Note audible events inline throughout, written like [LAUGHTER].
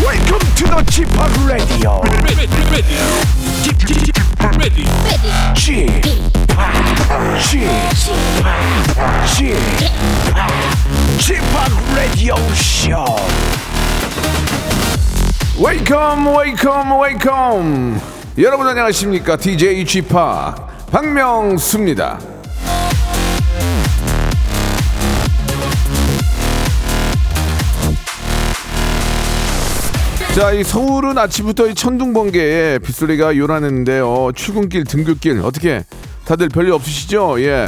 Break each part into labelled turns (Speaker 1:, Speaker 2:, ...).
Speaker 1: welcome to the g p o p Radio.
Speaker 2: ready, ready, ready, ready.
Speaker 1: g p o p G p o p Radio Show.
Speaker 3: 웨이컴 웨이컴 웨이컴 여러분 안녕하십니까 DJ g p o p 박명수입니다 자, 이 서울은 아침부터 이 천둥 번개에 빗소리가 요란했는데요. 출근길, 등굣길 어떻게 다들 별일 없으시죠? 예.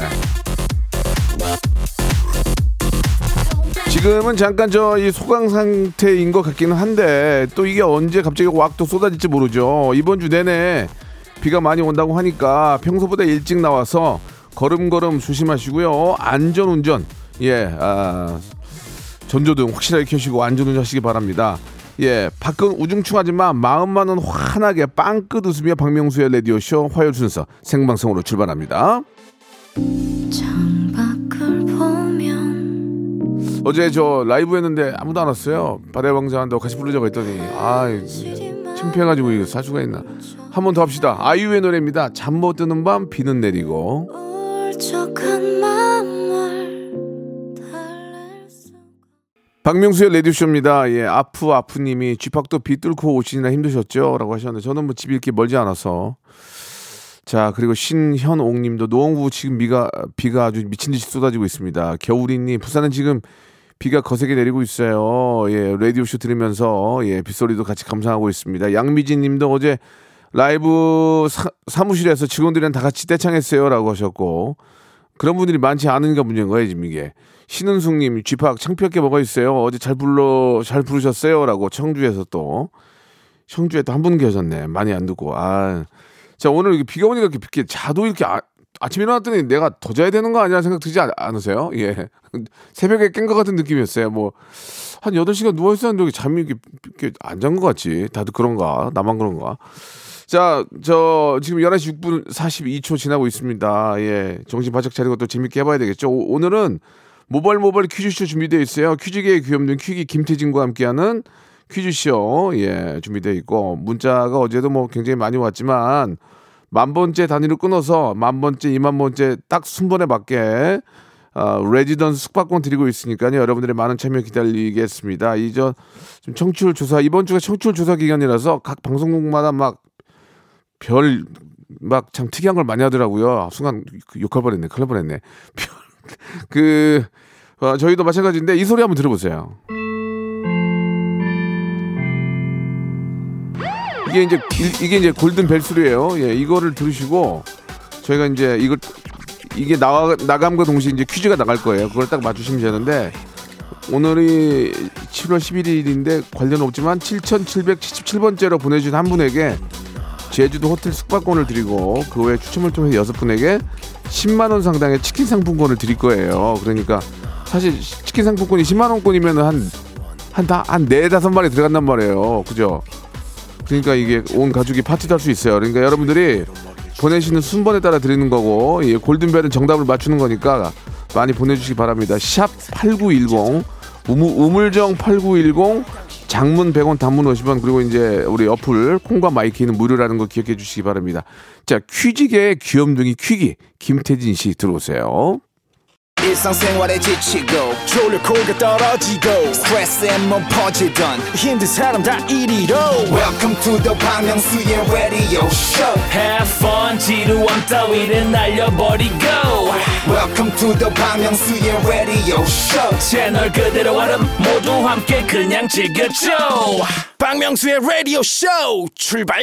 Speaker 3: 지금은 잠깐 저 이 소강 상태인 것 같기는 한데 또 이게 언제 갑자기 왁 또 쏟아질지 모르죠. 이번 주 내내 비가 많이 온다고 하니까 평소보다 일찍 나와서 걸음걸음 조심하시고요. 안전 운전 예 아, 전조등 확실하게 켜시고 안전운전하시기 바랍니다. 예, 밖은 우중충하지만 마음만은 환하게 빵끝 웃으며 박명수의 라디오 쇼 화요일 순서 생방송으로 출발합니다.
Speaker 4: 창밖을 보면
Speaker 3: 어제 저 라이브 했는데 아무도 안 왔어요. 바다의 왕자 한다고 같이 부르자고 했더니 아 창피해가지고 이거 사주가 있나. 한 번 더 합시다. 아이유의 노래입니다. 잠 못 드는 밤 비는 내리고.
Speaker 4: 울적한 마음을 달랠 수
Speaker 3: 박명수의 레디쇼입니다. 예, 아프 아프님이 쥐팍도 비 뚫고 오시나 힘드셨죠?라고 하셨는데 저는 뭐 집이 이렇게 멀지 않아서 자 그리고 신현옥님도 노원구 지금 비가 비가 아주 미친 듯이 쏟아지고 있습니다. 겨울이님 부산은 지금 비가 거세게 내리고 있어요. 예, 라디오쇼 들으면서 예 빗소리도 같이 감상하고 있습니다. 양미진님도 어제 라이브 사, 무실에서 직원들이랑 다 같이 떼창했어요라고 하셨고 그런 분들이 많지 않으니까 문제인 거예요 지금 이게 신은숙님 쥐팍 창피하게 뭐가 있어요 어제 잘 불러 잘 부르셨어요라고 청주에서 또 청주에 또 한 분 계셨네 많이 안 듣고 아자 오늘 이렇게 비가 오니까 이렇게, 이렇게 자도 이렇게 아, 아침에 일어났더니 내가 더 자야 되는 거 아니야 생각 들지 않, 않으세요 [LAUGHS] 예 새벽에 깬 것 같은 느낌이었어요 뭐 한 8시간 누워있었는데 이렇게 잠이 이렇게, 이렇게 안 잔 것 같지 다들 그런가 나만 그런가 자, 저 지금 11시 6분 42초 지나고 있습니다. 예. 정신 바짝 차리고 또 재밌게 해봐야 되겠죠. 오, 늘은 모발 모발 퀴즈쇼 준비되어 있어요. 퀴즈계의 귀염둥이 퀴기 김태진과 함께하는 퀴즈쇼 예 준비되어 있고 문자가 어제도 뭐 굉장히 많이 왔지만 만 번째 단위로 끊어서 만 번째, 이만 번째 딱 순번에 맞게 아, 레지던스 숙박권 드리고 있으니까요. 여러분들의 많은 참여 기다리겠습니다. 이저 좀 청취율 조사 이번 주가 청취율 조사 기간이라서 각 방송국마다 막 별 막 참 특이한 걸 많이 하더라고요. 아, 순간 욕할 뻔했네. 큰일 날 뻔했네. 별, 그 어, 저희도 마찬가지인데 이 소리 한번 들어보세요. 이게 이제 길- 이게 이제 골든 벨 소리예요. 예, 이거를 들으시고 저희가 이제 이걸 이게 나와 나감과 동시에 이제 퀴즈가 나갈 거예요. 그걸 딱 맞추시면 되는데 오늘이 7월 11일인데 관련 없지만 7,777번째로 보내주신 한 분에게 제주도 호텔 숙박권을 드리고 그 외에 추첨을 통해서 여섯 분에게 10만 원 상당의 치킨 상품권을 드릴 거예요. 그러니까 사실 치킨 상품권이 10만 원권이면 한한다한네 다섯 마리 들어간단 말이에요. 그죠? 그러니까 이게 온 가족이 파티도 할 수 있어요. 그러니까 여러분들이 보내시는 순번에 따라 드리는 거고 예, 골든벨은 정답을 맞추는 거니까 많이 보내주시기 바랍니다. 샵 8910 우물, 정 8910 장문 100원 단문 50원 그리고 이제 우리 어플 콩과 마이키는 무료라는 거 기억해 주시기 바랍니다. 자 퀴즈계의 귀염둥이 퀴기 김태진 씨 들어오세요.
Speaker 5: 일상생활에 지치고,
Speaker 1: 졸려 코가 떨어지고
Speaker 5: 스트레스에 몸 퍼지던,
Speaker 1: 힘든 사람 다 이리로.
Speaker 5: welcome to the Bang Myung-soo's radio show
Speaker 6: Have fun 지루함 따위를 날려버리고
Speaker 5: welcome to the Bang Myung-soo's radio show
Speaker 6: 채널 그대로 얼음 모두 함께 그냥 즐겨줘
Speaker 1: 박명수의 라디오 쇼 출발.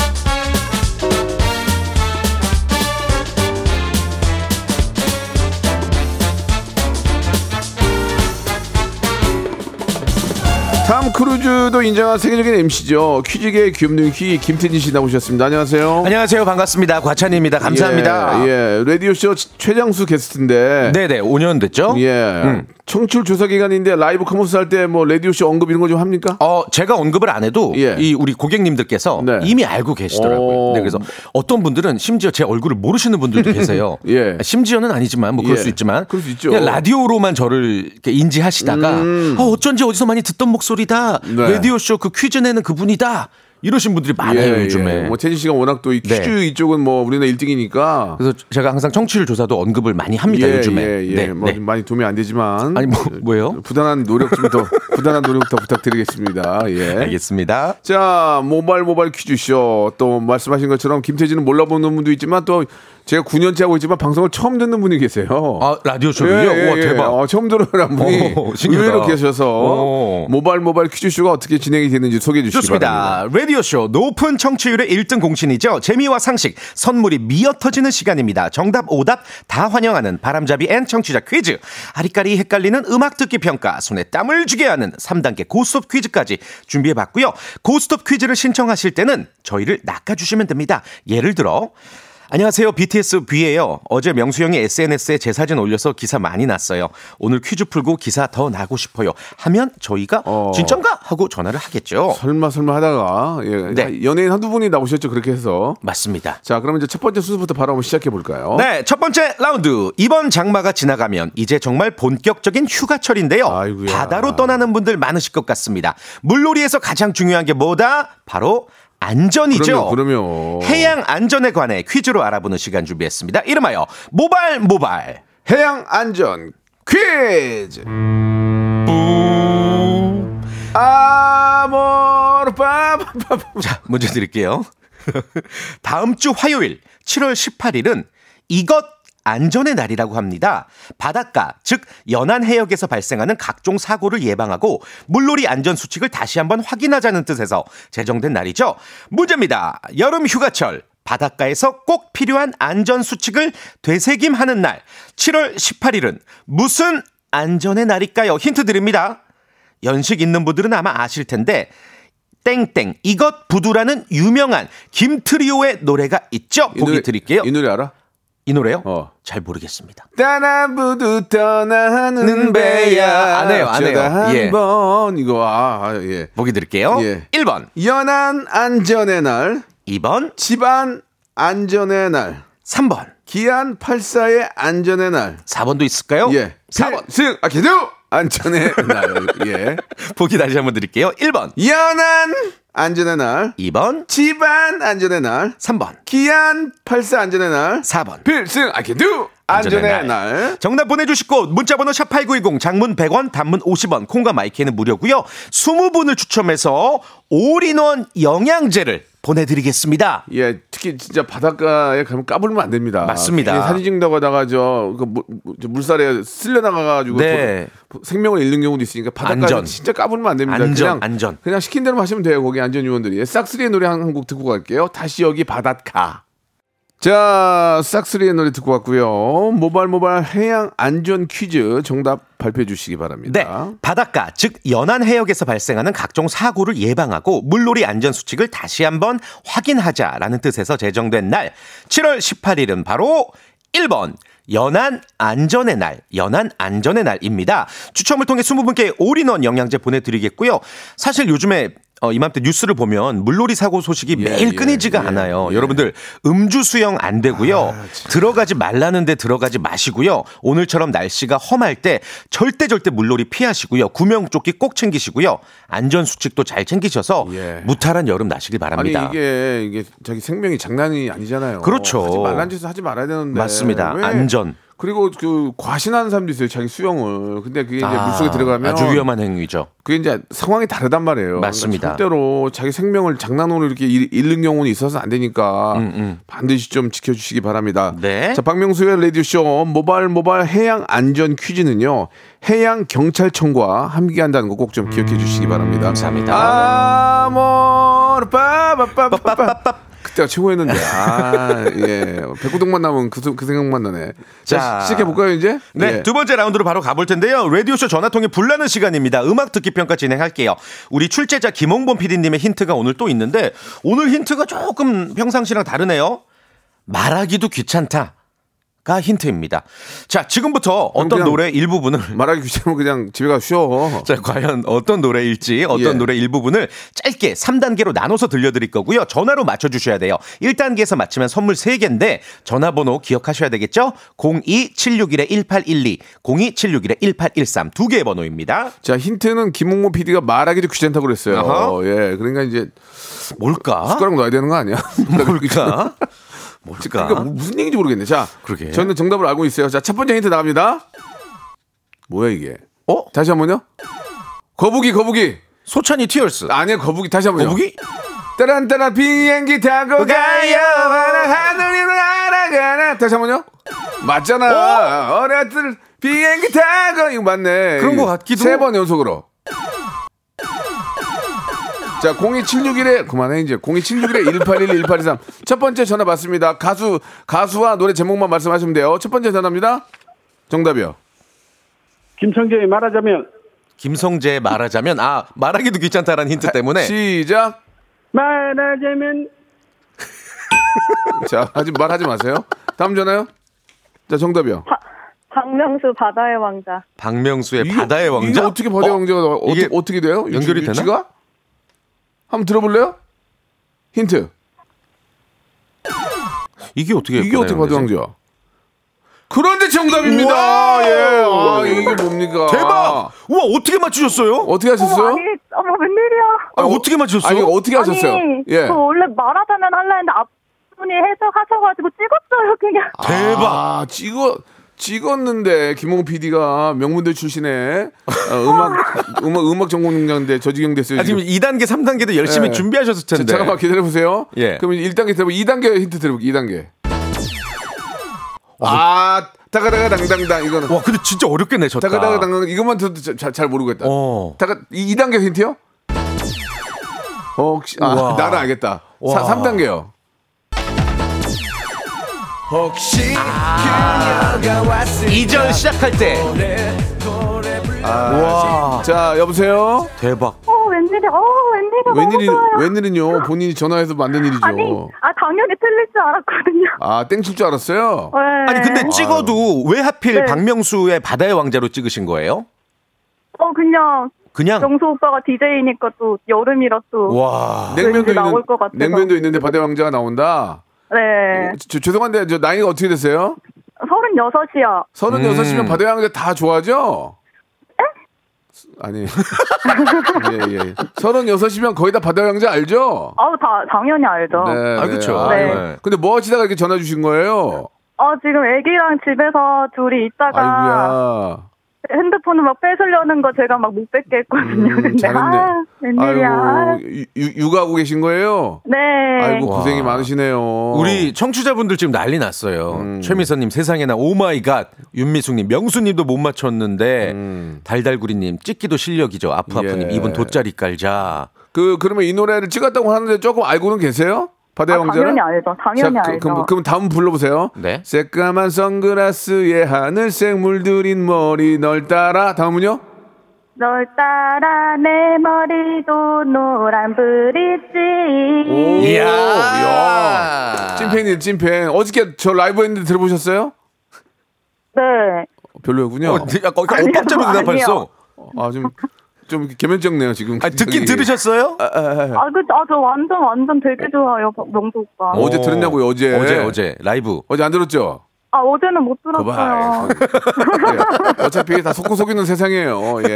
Speaker 3: 탐 크루즈도 인정한 세계적인 MC죠. 퀴즈계의 귀염둥이 퀴 김태진 씨 나오셨습니다. 안녕하세요.
Speaker 7: 안녕하세요. 반갑습니다. 과찬입니다. 네, 감사합니다. 네.
Speaker 3: 예, 예. 라디오 쇼 최장수 게스트인데.
Speaker 7: 네네. 5년 됐죠?
Speaker 3: 예. 청출 조사 기간인데 라이브 컴오스 할 때 뭐 라디오 쇼 언급 이런 거 좀 합니까?
Speaker 7: 어, 제가 언급을 안 해도
Speaker 3: 예.
Speaker 7: 이 우리 고객님들께서
Speaker 3: 네.
Speaker 7: 이미 알고
Speaker 3: 오.
Speaker 7: 계시더라고요. 네, 그래서 어떤 분들은 심지어 제 얼굴을 모르시는 분들도 계세요.
Speaker 3: [LAUGHS] 예.
Speaker 7: 심지어는 아니지만 뭐 그럴
Speaker 3: 예.
Speaker 7: 수 있지만
Speaker 3: 그럴 수 있죠. 음.
Speaker 7: 그냥 라디오로만 저를 이렇게 인지하시다가 어, 어쩐지 어디서 많이 듣던 목소리다.
Speaker 3: 네.
Speaker 7: 라디오 쇼 그 퀴즈 내는 그분이다. 이러신 분들이 많아요 요즘에.
Speaker 3: 뭐 채진 씨가 워낙 또 이
Speaker 7: 네.
Speaker 3: 퀴즈 이쪽은 뭐 우리나라 1등이니까
Speaker 7: 그래서 제가 항상 청취율 조사도 언급을 많이 합니다 요즘에.
Speaker 3: 예, 예.
Speaker 7: 네,
Speaker 3: 뭐
Speaker 7: 네.
Speaker 3: 많이 도움이 안 되지만
Speaker 7: 아니 뭐 뭐예요?
Speaker 3: 부단한 노력 좀 더 [LAUGHS] 부단한 노력 더 부탁드리겠습니다. 예.
Speaker 7: 알겠습니다.
Speaker 3: 자, 모발 모발 퀴즈쇼. 또 말씀하신 것처럼 김태진은 몰라보는 분도 있지만 또 제가 9년째 하고 있지만 방송을 처음 듣는 분이 계세요.
Speaker 7: 아 라디오 쇼를요? 와 대박.
Speaker 3: 어, 처음 들어오는 분이
Speaker 7: 오, 신기하다.
Speaker 3: 의외로 계셔서
Speaker 7: 오.
Speaker 3: 모발 모발 퀴즈쇼가 어떻게 진행이 되는지 소개해 주시기 바랍니다.
Speaker 7: 좋습니다. 라디오쇼 높은 청취율의 1등 공신이죠. 재미와 상식, 선물이 미어터지는 시간입니다. 정답, 오답 다 환영하는 바람잡이 앤 청취자 퀴즈. 아리까리 헷갈리는 음악 듣기 평가, 손에 땀을 주게 하는 3단계 고스톱 퀴즈까지 준비해봤고요. 고스톱 퀴즈를 신청하실 때는 저희를 낚아주시면 됩니다. 예를 들어 안녕하세요. BTS B예요. 어제 명수 형이 SNS에 제 사진 올려서 기사 많이 났어요. 오늘 퀴즈 풀고 기사 더 나고 싶어요. 하면 저희가
Speaker 3: 어.
Speaker 7: 진짠가 하고 전화를 하겠죠.
Speaker 3: 설마 설마 하다가 예.
Speaker 7: 네.
Speaker 3: 연예인 한두 분이 나오셨죠. 그렇게 해서.
Speaker 7: 맞습니다.
Speaker 3: 자, 그럼 이제 첫 번째 순서부터 바로 한번 시작해 볼까요?
Speaker 7: 네, 첫 번째 라운드. 이번 장마가 지나가면 이제 정말 본격적인 휴가철인데요.
Speaker 3: 아이고야.
Speaker 7: 바다로 떠나는 분들 많으실 것 같습니다. 물놀이에서 가장 중요한 게 뭐다? 바로
Speaker 3: 그럼요,
Speaker 7: 안전이죠.
Speaker 3: 그럼요.
Speaker 7: 해양 안전에 관해 퀴즈로 알아보는 시간 준비했습니다. 이름하여 모발 모발.
Speaker 3: 해양 안전 퀴즈.
Speaker 7: 음.
Speaker 3: 아모르 빠바바
Speaker 7: [LAUGHS] 자, 문제 드릴게요. 다음 주 화요일 7월 18일은 이것 안전의 날이라고 합니다. 바닷가, 즉 연안 해역에서 발생하는 각종 사고를 예방하고 물놀이 안전 수칙을 다시 한번 확인하자는 뜻에서 제정된 날이죠. 문제입니다. 여름 휴가철 바닷가에서 꼭 필요한 안전 수칙을 되새김하는 날 7월 18일은 무슨 안전의 날일까요? 힌트 드립니다. 연식 있는 분들은 아마 아실 텐데 땡땡 이것 부두라는 유명한 김트리오의 노래가 있죠. 보기 드릴게요.
Speaker 3: 이 노래 알아?
Speaker 7: 이 노래요?
Speaker 3: 어.
Speaker 7: 잘 모르겠습니다.
Speaker 3: 떠나부두 떠나는
Speaker 7: 는
Speaker 3: 배야. 아, 네,
Speaker 7: 배야. 안 해요, 안 해요. 예.
Speaker 3: 한번 이거 아, 아, 예.
Speaker 7: 보기 드릴게요.
Speaker 3: 예.
Speaker 7: 1번,
Speaker 3: 연안 안전의 날,
Speaker 7: 2번,
Speaker 3: 집안 안전의 날,
Speaker 7: 3번,
Speaker 3: 기안 84의 안전의 날.
Speaker 7: 4번도 있을까요?
Speaker 3: 예.
Speaker 7: 4번.
Speaker 3: 승, 아, 계세요! 안전의 날. 예.
Speaker 7: 보기 다시 한번 드릴게요. 1번,
Speaker 3: 연안 안전의 날,
Speaker 7: 2번,
Speaker 3: 집안 안전의 날,
Speaker 7: 3번,
Speaker 3: 기안 84 안전의 날,
Speaker 7: 4번.
Speaker 3: 필승 I can do 안전의 날.
Speaker 7: 정답 보내주시고 문자번호 샵8910 장문 100원 단문 50원 콩과 마이크는 무료고요 20분을 추첨해서 올인원 영양제를 보내드리겠습니다
Speaker 3: 예, 특히 진짜 바닷가에 가면 까불면 안 됩니다.
Speaker 7: 맞습니다.
Speaker 3: 괜히 사진 찍는다고 하다가 저, 그 물, 저 물살에 쓸려나가가지고
Speaker 7: 네.
Speaker 3: 도- 생명을 잃는 경우도 있으니까 바닷가에
Speaker 7: 안전.
Speaker 3: 진짜 까불면 안 됩니다.
Speaker 7: 안전,
Speaker 3: 그냥,
Speaker 7: 안전.
Speaker 3: 그냥 시킨 대로 하시면 돼요. 거기 안전요원들이. 예, 싹스리의 노래 한 곡 듣고 갈게요. 다시 여기 바닷가. 자, 싹스리의 노래 듣고 왔고요. 모발모발 해양 안전 퀴즈 정답 발표해 주시기
Speaker 7: 네.
Speaker 3: 바랍니다.
Speaker 7: 바닷가, 즉 연안 해역에서 발생하는 각종 사고를 예방하고 물놀이 안전 수칙을 다시 한번 확인하자라는 뜻에서 제정된 날 7월 18일은 바로 1번 연안 안전의 날, 연안 안전의 날입니다. 추첨을 통해 20분께 올인원 영양제 보내드리겠고요. 사실 요즘에 어, 이맘때 뉴스를 보면 물놀이 사고 소식이 매일
Speaker 3: 예,
Speaker 7: 끊이지가
Speaker 3: 예,
Speaker 7: 않아요.
Speaker 3: 예.
Speaker 7: 여러분들 음주 수영 안 되고요.
Speaker 3: 아,
Speaker 7: 들어가지 말라는데 들어가지 마시고요. 오늘처럼 날씨가 험할 때 절대 절대 물놀이 피하시고요. 구명조끼 꼭 챙기시고요. 안전 수칙도 잘 챙기셔서
Speaker 3: 예.
Speaker 7: 무탈한 여름 나시길
Speaker 3: 아니
Speaker 7: 바랍니다.
Speaker 3: 이게 이게 자기 생명이 장난이 아니잖아요.
Speaker 7: 그렇죠.
Speaker 3: 하지 말란 짓을 하지 말아야 되는데.
Speaker 7: 맞습니다.
Speaker 3: 왜?
Speaker 7: 안전.
Speaker 3: 그리고 그 과신하는 사람도 있어요. 자기 수영을. 근데 그게 이제
Speaker 7: 아,
Speaker 3: 물속에 들어가면
Speaker 7: 아주 위험한 행위죠.
Speaker 3: 그게 이제 상황이 다르단 말이에요.
Speaker 7: 맞습니다.
Speaker 3: 그러니까 절대로 자기 생명을 장난으로 이렇게 잃- 잃는 경우는 있어서 안 되니까 반드시 좀 지켜주시기 바랍니다.
Speaker 7: 음, 네.
Speaker 3: 자, 박명수의 라디오 쇼 모발 모발 해양 안전 퀴즈는요. 해양 경찰청과 함께한다는 거 꼭 좀 기억해
Speaker 7: 음,
Speaker 3: 주시기 바랍니다.
Speaker 7: 감사합니다.
Speaker 3: 아모르 빠바빠빠빠. 그때가 최고였는데. 아, 예. 백구동만 나면 그, 소- 그 생각만 나네. 자,
Speaker 7: 자.
Speaker 3: 시작해 볼까요, 이제?
Speaker 7: 네,
Speaker 3: 예.
Speaker 7: 두 번째 라운드로 바로 가볼 텐데요. 라디오쇼 전화통에 불나는 시간입니다. 음악 듣기 평가 진행할게요. 우리 출제자 김홍범 PD님의 힌트가 오늘 또 있는데 오늘 힌트가 조금 평상시랑 다르네요. 말하기도 귀찮다. 가 힌트입니다. 자, 지금부터 어떤
Speaker 3: 그냥
Speaker 7: 노래 일부분을
Speaker 3: 말하기 귀찮으면 그냥 집에 가 쉬어.
Speaker 7: 자, 과연 어떤 노래일지, 어떤
Speaker 3: 예.
Speaker 7: 노래 일부분을 짧게 3단계로 나눠서 들려드릴 거고요. 전화로 맞춰주셔야 돼요. 1단계에서 맞추면 선물 3개인데, 전화번호 기억하셔야 되겠죠? 02761-1812, 02761-1813. 두 개의 번호입니다.
Speaker 3: 자 힌트는 김홍모 PD가 말하기도 귀찮다고 그랬어요.
Speaker 7: 아하.
Speaker 3: 예, 그러니까 이제
Speaker 7: 뭘까?
Speaker 3: 숟가락 넣어야 되는 거 아니야?
Speaker 7: [LAUGHS]
Speaker 3: [LAUGHS]
Speaker 7: 뭘까? 뭘까?
Speaker 3: 그러니까 무슨 얘기인지 모르겠네. 자,
Speaker 7: 그러게.
Speaker 3: 저는 정답을 알고 있어요. 자, 첫 번째 힌트 나갑니다. 뭐야 이게?
Speaker 7: 어?
Speaker 3: 다시 한 번요. 거북이, 거북이.
Speaker 7: 소찬이 티얼스.
Speaker 3: 아니야, 거북이 다시 한 번요.
Speaker 7: 거북이?
Speaker 3: 따란따란 비행기 타고 가요. 하늘을 날아가라. 다시 한 번요. 맞잖아. 어렸을 비행기 타고 이거 맞네.
Speaker 7: 그런 거 같기도.
Speaker 3: 세번 연속으로. 자, 02761에 그만해 이제 02761에 1811 1823. [LAUGHS] 첫 번째 전화 받습니다. 가수 가수와 노래 제목만 말씀하시면 돼요. 첫 번째 전화입니다. 정답이요.
Speaker 8: 김성재의 말하자면
Speaker 7: 김성재 말하자면, 아, 말하기도 귀찮다라는 힌트
Speaker 3: 아,
Speaker 7: 때문에.
Speaker 3: 시작.
Speaker 8: 말하자면
Speaker 3: [LAUGHS] 자, 하지 말하지 마세요. 다음 전화요. 자, 정답이요.
Speaker 9: 박명수 바다의 왕자.
Speaker 7: 박명수의
Speaker 3: 이게-
Speaker 7: 바다의 왕자.
Speaker 3: 이게 어떻게 바다의
Speaker 7: 어?
Speaker 3: 왕자가 나와? 어떻게,
Speaker 7: 이게
Speaker 3: 어떻게 돼요? 유치-
Speaker 7: 연결이 되나?
Speaker 3: 유치가? 한번 들어볼래요? 힌트.
Speaker 7: 이게 어떻게
Speaker 3: 이게 어떻게 바다의
Speaker 7: 왕자?
Speaker 3: 왕자야? 그런데 정답입니다.
Speaker 7: 우와!
Speaker 3: 예. 아, 이게 뭡니까? 아.
Speaker 7: 대박! 우와, 어떻게 맞추셨어요?
Speaker 3: 어떻게 하셨어요?
Speaker 9: 어머, 아니, 어머, 웬일이야.
Speaker 7: 아니, 어떻게 맞추셨어요?
Speaker 3: 아니, 어떻게 하셨어요?
Speaker 9: 아니, 그
Speaker 3: 예.
Speaker 9: 저 원래 말하자면 할라 했는데 앞분이 해석하셔가지고 찍었어요, 그냥.
Speaker 7: 대박.
Speaker 3: 아, 찍어 찍었는데 김홍 PD가 명문대 출신에 어,
Speaker 7: [LAUGHS]
Speaker 3: 음악 음악 음악 전공자인데 저지경 됐어요.
Speaker 7: 아, 지금 2단계, 3단계도 열심히
Speaker 3: 예.
Speaker 7: 준비하셨을
Speaker 3: 자,
Speaker 7: 텐데.
Speaker 3: 잠깐만 기다려 보세요.
Speaker 7: 예.
Speaker 3: 그럼 1단계 들어보 2단계 힌트 들어볼게요. 2단계. 아, 다가다가 당당당 이거는
Speaker 7: 와, 근데 진짜 어렵게 내셨다.
Speaker 3: 다가다가 당당 이것만 들어도 잘, 잘 모르겠다.
Speaker 7: 어.
Speaker 3: 다가 2단계 힌트요? 어, 혹시 아,
Speaker 7: 우와.
Speaker 3: 나는 알겠다.
Speaker 7: 우와.
Speaker 3: 3단계요.
Speaker 5: 혹시 그녀가 왔을
Speaker 7: 2절 시작할 때. 와,
Speaker 3: 자, 여보세요.
Speaker 7: 대박.
Speaker 9: 어, 웬일이야. 어, 웬일이야.
Speaker 3: 웬일이
Speaker 9: 너무 좋아요.
Speaker 3: 웬일은요? 본인이 전화해서 만든 일이죠.
Speaker 9: 아니, 아, 당연히 틀릴 줄 알았거든요.
Speaker 3: 아, 땡칠 줄 알았어요.
Speaker 9: 네.
Speaker 7: 아니, 근데 찍어도 왜 하필
Speaker 9: 네.
Speaker 7: 박명수의 바다의 왕자로 찍으신 거예요?
Speaker 9: 어, 그냥
Speaker 7: 그냥.
Speaker 9: 영수 오빠가 DJ니까 또 아, 여름이라 또.
Speaker 7: 와.
Speaker 3: 냉면도
Speaker 9: 왠지 나올
Speaker 3: 있는
Speaker 9: 것 같아서.
Speaker 3: 냉면도 있는데 바다의 왕자가 나온다.
Speaker 9: 네.
Speaker 3: 저- 죄송한데 저 나이가 어떻게 되세요?
Speaker 9: 36이요.
Speaker 3: 서른
Speaker 7: 음.
Speaker 3: 여섯이면 바다의 왕자 다 좋아하죠? 아니. [LAUGHS] 예, 예. 서른 여섯이면 거의 다 바다의 왕자 알죠?
Speaker 9: 아우, 다, 당연히 알죠.
Speaker 7: 아, 그쵸.
Speaker 3: 아,
Speaker 9: 어. 네.
Speaker 3: 예. 근데 뭐 하시다가 이렇게 전화 주신 거예요?
Speaker 9: 아, 지금 애기랑 집에서 둘이 있다가
Speaker 3: 아이고야.
Speaker 9: 핸드폰을 막 뺏으려는 거 제가 막 못 뺏겠거든요.
Speaker 3: 음,
Speaker 9: [LAUGHS] 근데 아, 웬일이야.
Speaker 3: 아이고, 유- 유- 육아하고 계신 거예요?
Speaker 9: 네.
Speaker 3: 아이고,
Speaker 7: 와.
Speaker 3: 고생이 많으시네요.
Speaker 7: 우리 청취자분들 지금 난리 났어요. 최미선님 세상에나 오마이갓 윤미숙님 명수님도 못 맞췄는데 달달구리님 찍기도 실력이죠. 아프아프님
Speaker 3: 예.
Speaker 7: 이분 돗자리 깔자.
Speaker 3: 그, 그러면 이 노래를 찍었다고 하는데 조금 알고는 계세요? 바다의
Speaker 9: 아,
Speaker 3: 왕자를?
Speaker 9: 당연히 알죠. 당연히
Speaker 3: 그,
Speaker 9: 알죠.
Speaker 3: 그럼, 그럼 다음 불러보세요.
Speaker 7: 네.
Speaker 3: 새까만 선글라스에 하늘색 물들인 머리 널 따라. 다음은요?
Speaker 9: 널 따라 내 머리도 노란 브릿지.
Speaker 7: 이야.
Speaker 3: 이야. 찐팬이에요, 찐팬. 어저께 저 라이브 했는데 들어보셨어요?
Speaker 9: 네.
Speaker 3: 별로였군요.
Speaker 7: 어, 네, 약간 약간 오빠처럼
Speaker 9: 아니요.
Speaker 7: 대답했어.
Speaker 3: 아, 좀, 좀 개면적네요, 지금.
Speaker 7: 아, 듣긴
Speaker 3: 갑자기.
Speaker 7: 들으셨어요?
Speaker 3: 네.
Speaker 9: 아, 그, 아, 저 완전, 완전 되게 좋아요, 박- 명수 오빠.
Speaker 3: 어제 들었냐고요, 어제.
Speaker 7: 어제 어제 라이브.
Speaker 3: 어제 안 들었죠?
Speaker 9: 아, 어제는 못
Speaker 3: 거봐.
Speaker 9: 들었어요.
Speaker 3: 예. 어차피 다 속고 속이는 세상이에요. 예.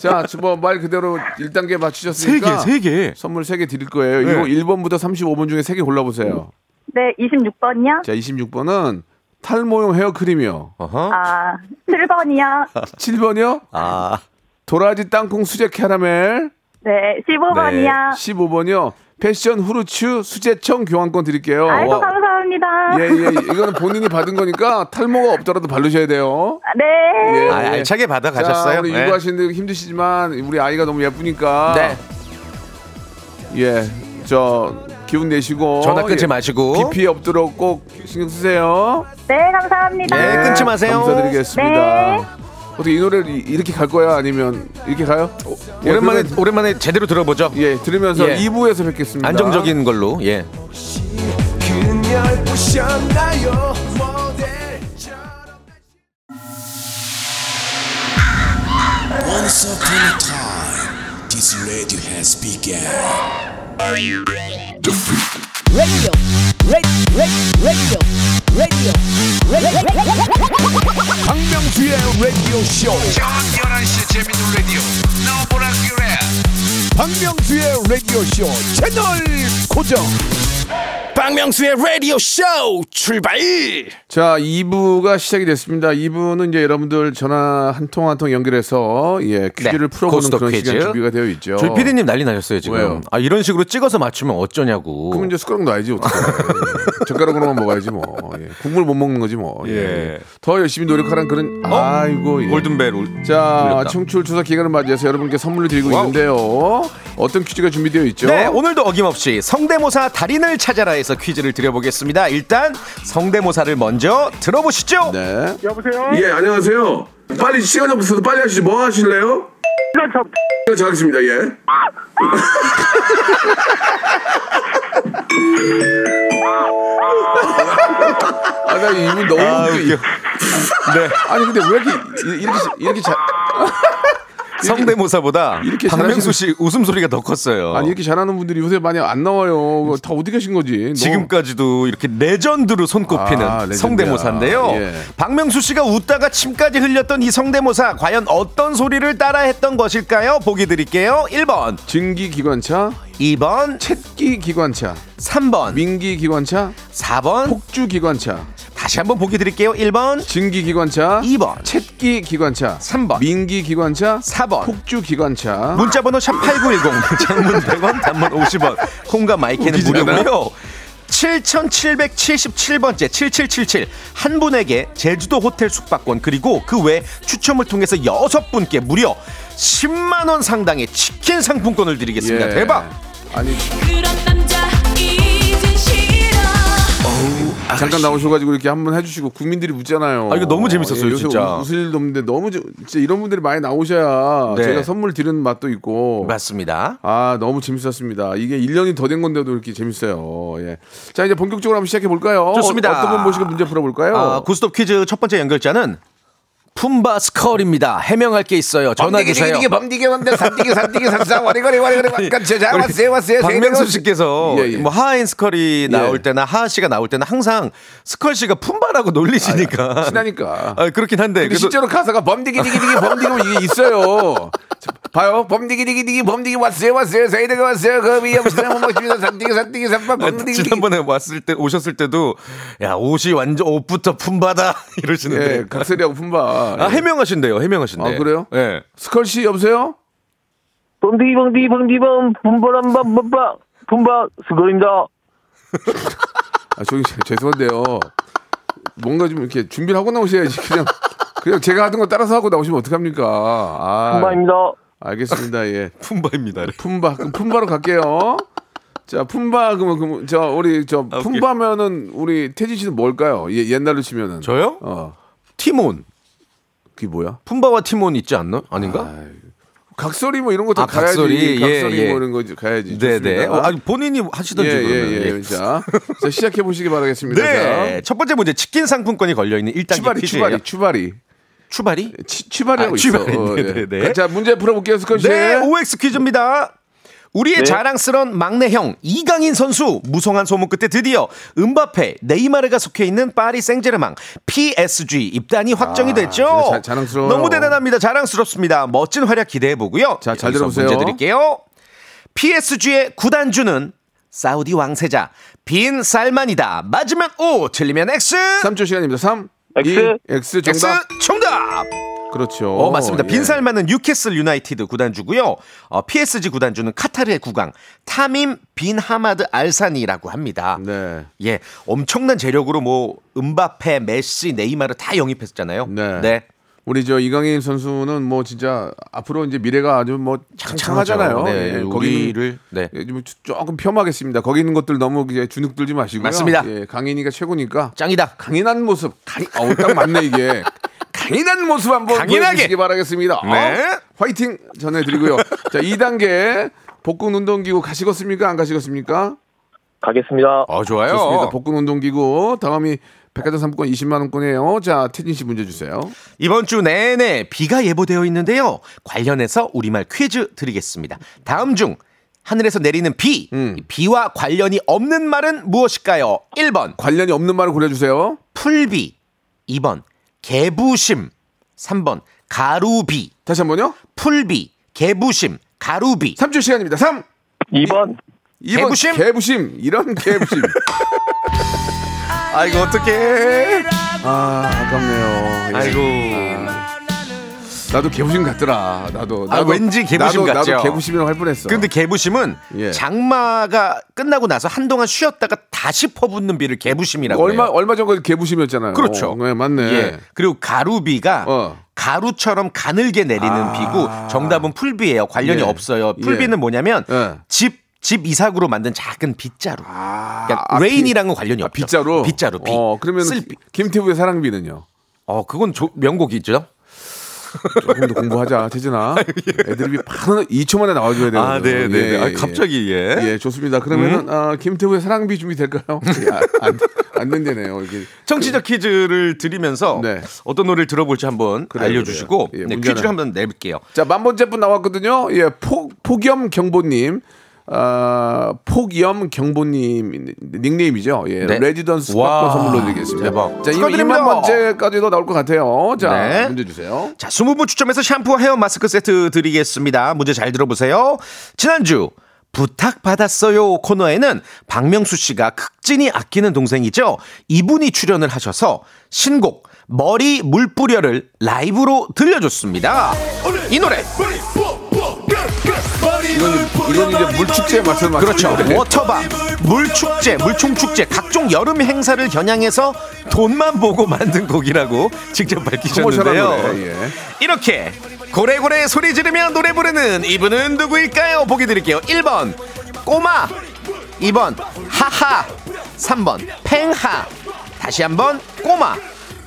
Speaker 3: 자, 뭐 말 그대로 1단계 맞추셨으니까.
Speaker 7: 개. 네.
Speaker 3: 선물 3개 드릴 거예요. 이거 1번부터 35번 중에 3개 골라보세요.
Speaker 9: 네, 26번이요?
Speaker 3: 자, 26번은 탈모용 헤어크림이요.
Speaker 7: 어허.
Speaker 9: 아, 7번이요?
Speaker 3: 7번이요?
Speaker 7: 아.
Speaker 3: 도라지 땅콩 수제 캐러멜.
Speaker 9: 네, 15번이요?
Speaker 3: 15번이요. 패션 후르츠 수제청 교환권 드릴게요.
Speaker 9: 아이고,
Speaker 3: 와.
Speaker 9: 감사합니다.
Speaker 3: 예, 예. 이거는 본인이 받은 거니까 탈모가 없더라도 바르셔야 돼요.
Speaker 9: 네.
Speaker 3: 예,
Speaker 7: 아,
Speaker 3: 예.
Speaker 7: 알차게 받아 가셨어요.
Speaker 3: 자, 우리 육아하시는데 힘드시지만 우리 아이가 너무 예쁘니까.
Speaker 7: 네.
Speaker 3: 예. 저 기운 내시고
Speaker 7: 전화 끊지
Speaker 3: 예.
Speaker 7: 마시고.
Speaker 3: BP 없도록 꼭 신경 쓰세요.
Speaker 9: 네, 감사합니다.
Speaker 3: 예,
Speaker 7: 네, 끊지 마세요.
Speaker 3: 아, 감사드리겠습니다.
Speaker 9: 네.
Speaker 3: 어떻게 이 노래를 이- 이렇게 갈 거야? 아니면 이렇게 가요? 예,
Speaker 7: 어, 오랜만에
Speaker 3: 그러면-
Speaker 7: 오랜만에 제대로 들어보죠.
Speaker 3: 예, 들으면서
Speaker 7: 예.
Speaker 3: 2부에서 뵙겠습니다.
Speaker 7: 안정적인 걸로. 예.
Speaker 5: 그녀를 보셨나요 모델 once upon a time, this radio has begun.
Speaker 1: 박명수의 라디오 쇼. 저녁 11시 재밌는 라디오. 나보라 그래. 박명수의 라디오 쇼 채널 고정. 박명수의 라디오 쇼 출발.
Speaker 3: 자, 2부가 시작이 됐습니다. 2부는 이제 여러분들 전화 한 통 한 통 연결해서 예, 퀴즈를 풀어보는
Speaker 7: 네, 고스톱
Speaker 3: 그런 시간
Speaker 7: 퀴즈.
Speaker 3: 준비가 되어 있죠.
Speaker 7: 조희 PD님 난리 나셨어요 지금.
Speaker 3: 왜요?
Speaker 7: 아 이런 식으로 찍어서 맞추면 어쩌냐고.
Speaker 3: 그럼 이제 숟가락 놔야지
Speaker 7: [LAUGHS]
Speaker 3: 어떡해. 예, 젓가락으로만 먹어야지 뭐. 예, 국물 못 먹는 거지 뭐. 예.
Speaker 7: 예. 어?
Speaker 3: 더 열심히 노력하라는 그런 아이고. 예.
Speaker 7: 골든벨 올.
Speaker 3: 자,
Speaker 7: 올렸다.
Speaker 3: 청출 조사 기간을 맞이해서 여러분께 선물을 드리고
Speaker 7: 와우.
Speaker 3: 있는데요. 어떤 퀴즈가 준비되어 있죠?
Speaker 7: 네 오늘도 어김없이 성대모사 달인을 찾아라에서 퀴즈를 드려보겠습니다. 일단 성대모사를 먼저 들어보시죠.
Speaker 3: 네.
Speaker 8: 여보세요?
Speaker 10: 예, 안녕하세요. 빨리 시간이 없어서 빨리 하시죠. 뭐 하실래요?
Speaker 8: 이거 저
Speaker 10: 네, 잘하겠습니다. 예.
Speaker 3: [LAUGHS] 아, 나 이분 너무
Speaker 7: 아,
Speaker 3: 웃겨.
Speaker 7: 웃겨. 네.
Speaker 3: 아니 근데 왜 이렇게 이- 이렇게 이렇게 잘
Speaker 7: 성대모사보다
Speaker 3: 이렇게
Speaker 7: 박명수
Speaker 3: 잘하시는-
Speaker 7: 씨 웃음소리가 더 컸어요.
Speaker 3: 아니 이렇게 잘하는 분들이 요새 많이 안 나와요. 다 어디 계신 거지? 너무-
Speaker 7: 지금까지도 이렇게 레전드로 손꼽히는
Speaker 3: 아, 레전드야.
Speaker 7: 성대모사인데요.
Speaker 3: 예.
Speaker 7: 박명수 씨가 웃다가 침까지 흘렸던 이 성대모사 과연 어떤 소리를 따라했던 것일까요? 보기 드릴게요. 1번,
Speaker 3: 증기 기관차,
Speaker 7: 2번,
Speaker 3: 챗기 기관차,
Speaker 7: 3번,
Speaker 3: 민기 기관차,
Speaker 7: 4번.
Speaker 3: 폭주 기관차,
Speaker 7: 다시 한번 보기 드릴게요. 1번,
Speaker 3: 증기 기관차,
Speaker 7: 2번,
Speaker 3: 챗기 기관차,
Speaker 7: 3번.
Speaker 3: 민기 기관차,
Speaker 7: 4번.
Speaker 3: 폭주 기관차.
Speaker 7: 문자 번호 샵8910 [LAUGHS] 장문 100원 단문 50원 콩과 마이크는
Speaker 3: 웃기지 않아?
Speaker 7: 무료고요 7777번째 7777 한 분에게 제주도 호텔 숙박권 그리고 그 외 추첨을 통해서 여섯 분께 무려 10만 원 상당의 치킨 상품권을
Speaker 3: 예.
Speaker 7: 드리겠습니다 대박
Speaker 3: 아니
Speaker 4: 그런 남자 이젠 싫어
Speaker 3: 잠깐 나오셔가지고 이렇게 한번 해주시고 국민들이 웃잖아요.
Speaker 7: 아, 이거 너무 재밌었어요,
Speaker 3: 요새
Speaker 7: 진짜.
Speaker 3: 웃- 웃을 일도 없는데 너무 재- 진짜 이런 분들이 많이 나오셔야
Speaker 7: 네.
Speaker 3: 제가 선물 드리는 맛도 있고
Speaker 7: 맞습니다
Speaker 3: 아, 너무 재밌었습니다. 이게 1년이 더 된 건데도 이렇게 재밌어요. 예. 자, 이제 본격적으로 한번 시작해 볼까요?
Speaker 7: 좋습니다.
Speaker 3: 어, 어떤 분 모시고 문제 풀어 볼까요?
Speaker 7: 아, 구스톱 퀴즈 첫 번째 연결자는 품바 스컬입니다 해명할 게 있어요 전화 주세요
Speaker 1: 범디게 범디 삼디게 삼디게 삼삼 와리거리 와리거리 약간 제자 왔어요 왔어요.
Speaker 7: 박명수 씨께서
Speaker 3: 예, 예.
Speaker 7: 뭐 하하인 스컬이 나올
Speaker 3: 예.
Speaker 7: 때나 하하 씨가 나올 때나 항상 스컬 씨가 품바라고 놀리시니까
Speaker 3: 친하니까.
Speaker 7: 아, 그렇긴 한데
Speaker 3: 근데
Speaker 7: 그래도
Speaker 3: 실제로 가사가 범디게 디게 디게 범디게 하면 이게 있어요. 자, 봐요. 범디게 디게 디게 범디게 왔어요 왔어요. 사이드가 왔어요. 그 위에 무슨 못 먹습니다. 삼디게 삼디게 삼바
Speaker 7: 아,
Speaker 3: 범디게 디게.
Speaker 7: 지난번에 왔을 때 오셨을 때도 야 옷이 완전 옷부터 품바다 [LAUGHS] 이러시는데
Speaker 3: 예, 각설이하고 품바.
Speaker 7: 네. 아, 해명하신대요 해명하신대
Speaker 3: 아, 그래요?
Speaker 7: 예
Speaker 3: 스컬 씨 여보세요?
Speaker 8: 범디 범디 범디 범 범바람 범범바 범바 스걸입니다.
Speaker 3: 아, 저기 제- 죄송한데요. 뭔가 좀 이렇게 준비를 하고 나오셔야지 그냥 그냥 제가 하던 거 따라서 하고 나오시면 어떡합니까? 아,
Speaker 8: 범바입니다.
Speaker 3: 알겠습니다. 예.
Speaker 7: 품바입니다 이렇게.
Speaker 3: 품바. 그럼 품바로 갈게요. 자, 품바 그러면 그럼 저 우리 저
Speaker 7: 아, 오케이.
Speaker 3: 품바면은 우리 태진 씨는 뭘까요? 예, 옛날로 치면은.
Speaker 7: 저요
Speaker 3: 어.
Speaker 7: 티몬
Speaker 3: 그게 뭐야?
Speaker 7: 품바와 티몬 있지 않나 아닌가
Speaker 3: 각설이 뭐 이런 것도
Speaker 7: 아,
Speaker 3: 가야지.
Speaker 7: 각설이, 예,
Speaker 3: 각설이
Speaker 7: 예.
Speaker 3: 뭐 이런 거 이제 가야지.
Speaker 7: 네네
Speaker 3: 좋습니다.
Speaker 7: 아 본인이 하시던지 그러면
Speaker 3: 예, 예, 예. 자, 자, 시작해 보시기 바라겠습니다. 자.
Speaker 7: 네. 네첫 번째 문제 치킨 상품권이 걸려 있는 1단계
Speaker 3: 추바리,
Speaker 7: 퀴즈
Speaker 3: 추바리, 추바리.
Speaker 7: 추바리
Speaker 3: 치, 취발이라고
Speaker 7: 아,
Speaker 3: 있어.
Speaker 7: 취발.
Speaker 3: 어,
Speaker 7: 네,
Speaker 3: 예.
Speaker 7: 네, 네.
Speaker 3: 자 문제 풀어볼게요, 스컷 씨.
Speaker 7: 네, OX 퀴즈입니다.
Speaker 3: 네.
Speaker 7: 우리의 자랑스런 막내형 이강인 선수 무성한 소문 끝에 드디어 음바페 네이마르가 속해 있는 파리 생제르망 PSG 입단이 확정이
Speaker 3: 아,
Speaker 7: 됐죠.
Speaker 3: 진짜 자- 자랑스러워요.
Speaker 7: 너무 대단합니다. 자랑스럽습니다. 멋진 활약 기대해 보고요.
Speaker 3: 자, 잘
Speaker 7: 여기서
Speaker 3: 들어보세요.
Speaker 7: 문제 드릴게요. PSG의 구단주는 사우디 왕세자 빈 살만이다. 맞으면 O, 틀리면 X.
Speaker 3: 3초 시간입니다. 3,
Speaker 8: X.
Speaker 3: 2, X 정답.
Speaker 7: X 정답.
Speaker 3: 그렇죠.
Speaker 7: 어, 맞습니다.
Speaker 3: 예.
Speaker 7: 빈살만은 뉴캐슬 유나이티드 구단주고요. 어, PSG 구단주는 카타르의 국왕 타민 빈 하마드 알산이라고 합니다.
Speaker 3: 네.
Speaker 7: 예, 엄청난 재력으로 뭐 음바페, 메시, 네이마르 다 영입했잖아요.
Speaker 3: 네. 우리 저 이강인 선수는 뭐 진짜 앞으로 이제 미래가 아주 뭐 창창하잖아요.
Speaker 7: 네,
Speaker 3: 예,
Speaker 7: 우리를, 네.
Speaker 3: 예, 좀 조금 폄하겠습니다. 거기 있는 것들 너무 이제 주눅 들지 마시고요.
Speaker 7: 맞습니다.
Speaker 3: 예, 강인이가 최고니까
Speaker 7: 짱이다.
Speaker 3: 강인한 모습, 강인, 어우 딱 맞네 이게. 강인한 모습 한번
Speaker 7: 강인하게.
Speaker 3: 보여주시기 바라겠습니다. 어?
Speaker 7: 네.
Speaker 3: 화이팅 전해드리고요. 자, 2단계 복근 운동기구 가시겠습니까? 안 가시겠습니까?
Speaker 8: 가겠습니다.
Speaker 7: 어, 좋아요.
Speaker 3: 좋습니다. 복근 운동기구 다음이 백화점 상품권 20만 원권이에요. 자, 태진 씨 문제 주세요.
Speaker 7: 이번 주 내내 비가 예보되어 있는데요. 관련해서 우리말 퀴즈 드리겠습니다. 다음 중 하늘에서 내리는 비, 이 비와 관련이 없는 말은 무엇일까요? 1번
Speaker 3: 관련이 없는 말을 골라 주세요.
Speaker 7: 풀비, 2번 개부심, 3번 가루비,
Speaker 3: 다시 한 번요.
Speaker 7: 풀비, 개부심, 가루비.
Speaker 3: 3초 시간입니다. 3.
Speaker 8: 2번
Speaker 3: 2번
Speaker 7: 개부심?
Speaker 3: 개부심. 이런
Speaker 7: [LAUGHS]
Speaker 3: 개부심.
Speaker 7: 아이고 어떡해.
Speaker 3: 아, 아깝네요. 예.
Speaker 7: 아이고.
Speaker 3: 나도 개부심 같더라. 나도. 나도
Speaker 7: 아, 왠지 개부심
Speaker 3: 나도,
Speaker 7: 같죠?
Speaker 3: 나도 개부심이라고 할 뻔했어.
Speaker 7: 근데 개부심은
Speaker 3: 예.
Speaker 7: 장마가 끝나고 나서 한동안 쉬었다가 다시 퍼붓는 비를 개부심이라고
Speaker 3: 네. 얼마
Speaker 7: 해요.
Speaker 3: 얼마 전까지 개부심이었잖아요.
Speaker 7: 그렇죠.
Speaker 3: 네, 맞네.
Speaker 7: 예. 그리고 가루비가
Speaker 3: 어. 아.
Speaker 7: 가루처럼 가늘게 내리는 비고 정답은 풀비예요. 관련이
Speaker 3: 예.
Speaker 7: 없어요. 풀비는
Speaker 3: 예.
Speaker 7: 뭐냐면
Speaker 3: 예.
Speaker 7: 집, 집 이사구로 만든 작은 빗자루. 그러니까
Speaker 3: 아,
Speaker 7: 레인이랑은 관련이 없죠.
Speaker 3: 빗자루.
Speaker 7: 빗자루. 비.
Speaker 3: 어, 그러면
Speaker 7: 쓸비.
Speaker 3: 김태우의 사랑비는요.
Speaker 7: 어, 그건 조- 명곡이죠.
Speaker 3: 조금 더 공부하자, 태진아.
Speaker 7: [LAUGHS]
Speaker 3: 애드립이 바로 2초 만에 나와줘야 되는.
Speaker 7: 예. 아, 네, 네. 네. 아, 갑자기 음? 예.
Speaker 3: 예, 좋습니다. 그러면은 아, 김태우의 사랑비 준비 될까요? 예, 아, 안, [LAUGHS] 안 된대네요. 이게
Speaker 7: 청취자 퀴즈를 드리면서
Speaker 3: 네.
Speaker 7: 어떤 노래를 들어볼지 한번
Speaker 3: 그래요,
Speaker 7: 알려주시고
Speaker 3: 그래요. 예,
Speaker 7: 네,
Speaker 3: 문제는-
Speaker 7: 퀴즈를 한번 내볼게요.
Speaker 3: 자, 만 번째 분 나왔거든요. 예, 포, 폭염 경보님. 아, 폭염 경보님 닉네임이죠. 예,
Speaker 7: 네.
Speaker 3: 레지던스
Speaker 7: 와,
Speaker 3: 권 선물로 드리겠습니다.
Speaker 7: 대박.
Speaker 3: 자, 이거
Speaker 7: 축하드립니다.
Speaker 3: 2만 번째까지도 나올 것 같아요. 자,
Speaker 7: 네.
Speaker 3: 문제 주세요.
Speaker 7: 자, 20분 추첨해서 샴푸와 헤어 마스크 세트 드리겠습니다. 문제 잘 들어보세요. 지난주 부탁받았어요 코너에는 박명수 씨가 극진히 아끼는 동생이죠. 이분이 출연을 하셔서 신곡 머리 물뿌려를 라이브로 들려줬습니다. 이 노래
Speaker 3: 이건, 이건 이제 물축제에 맞춰서 맞
Speaker 7: 그렇죠. 워터밤, 물축제, 물총축제, 각종 여름 행사를 겨냥해서 돈만 보고 만든 곡이라고 직접
Speaker 3: 커머셜한
Speaker 7: 밝히셨는데요.
Speaker 3: 노래, 예.
Speaker 7: 이렇게 고래고래 소리 지르며 노래 부르는 이분은 누구일까요? 보기 드릴게요. 1번 꼬마, 2번 하하, 3번 팽하. 다시 한번 꼬마,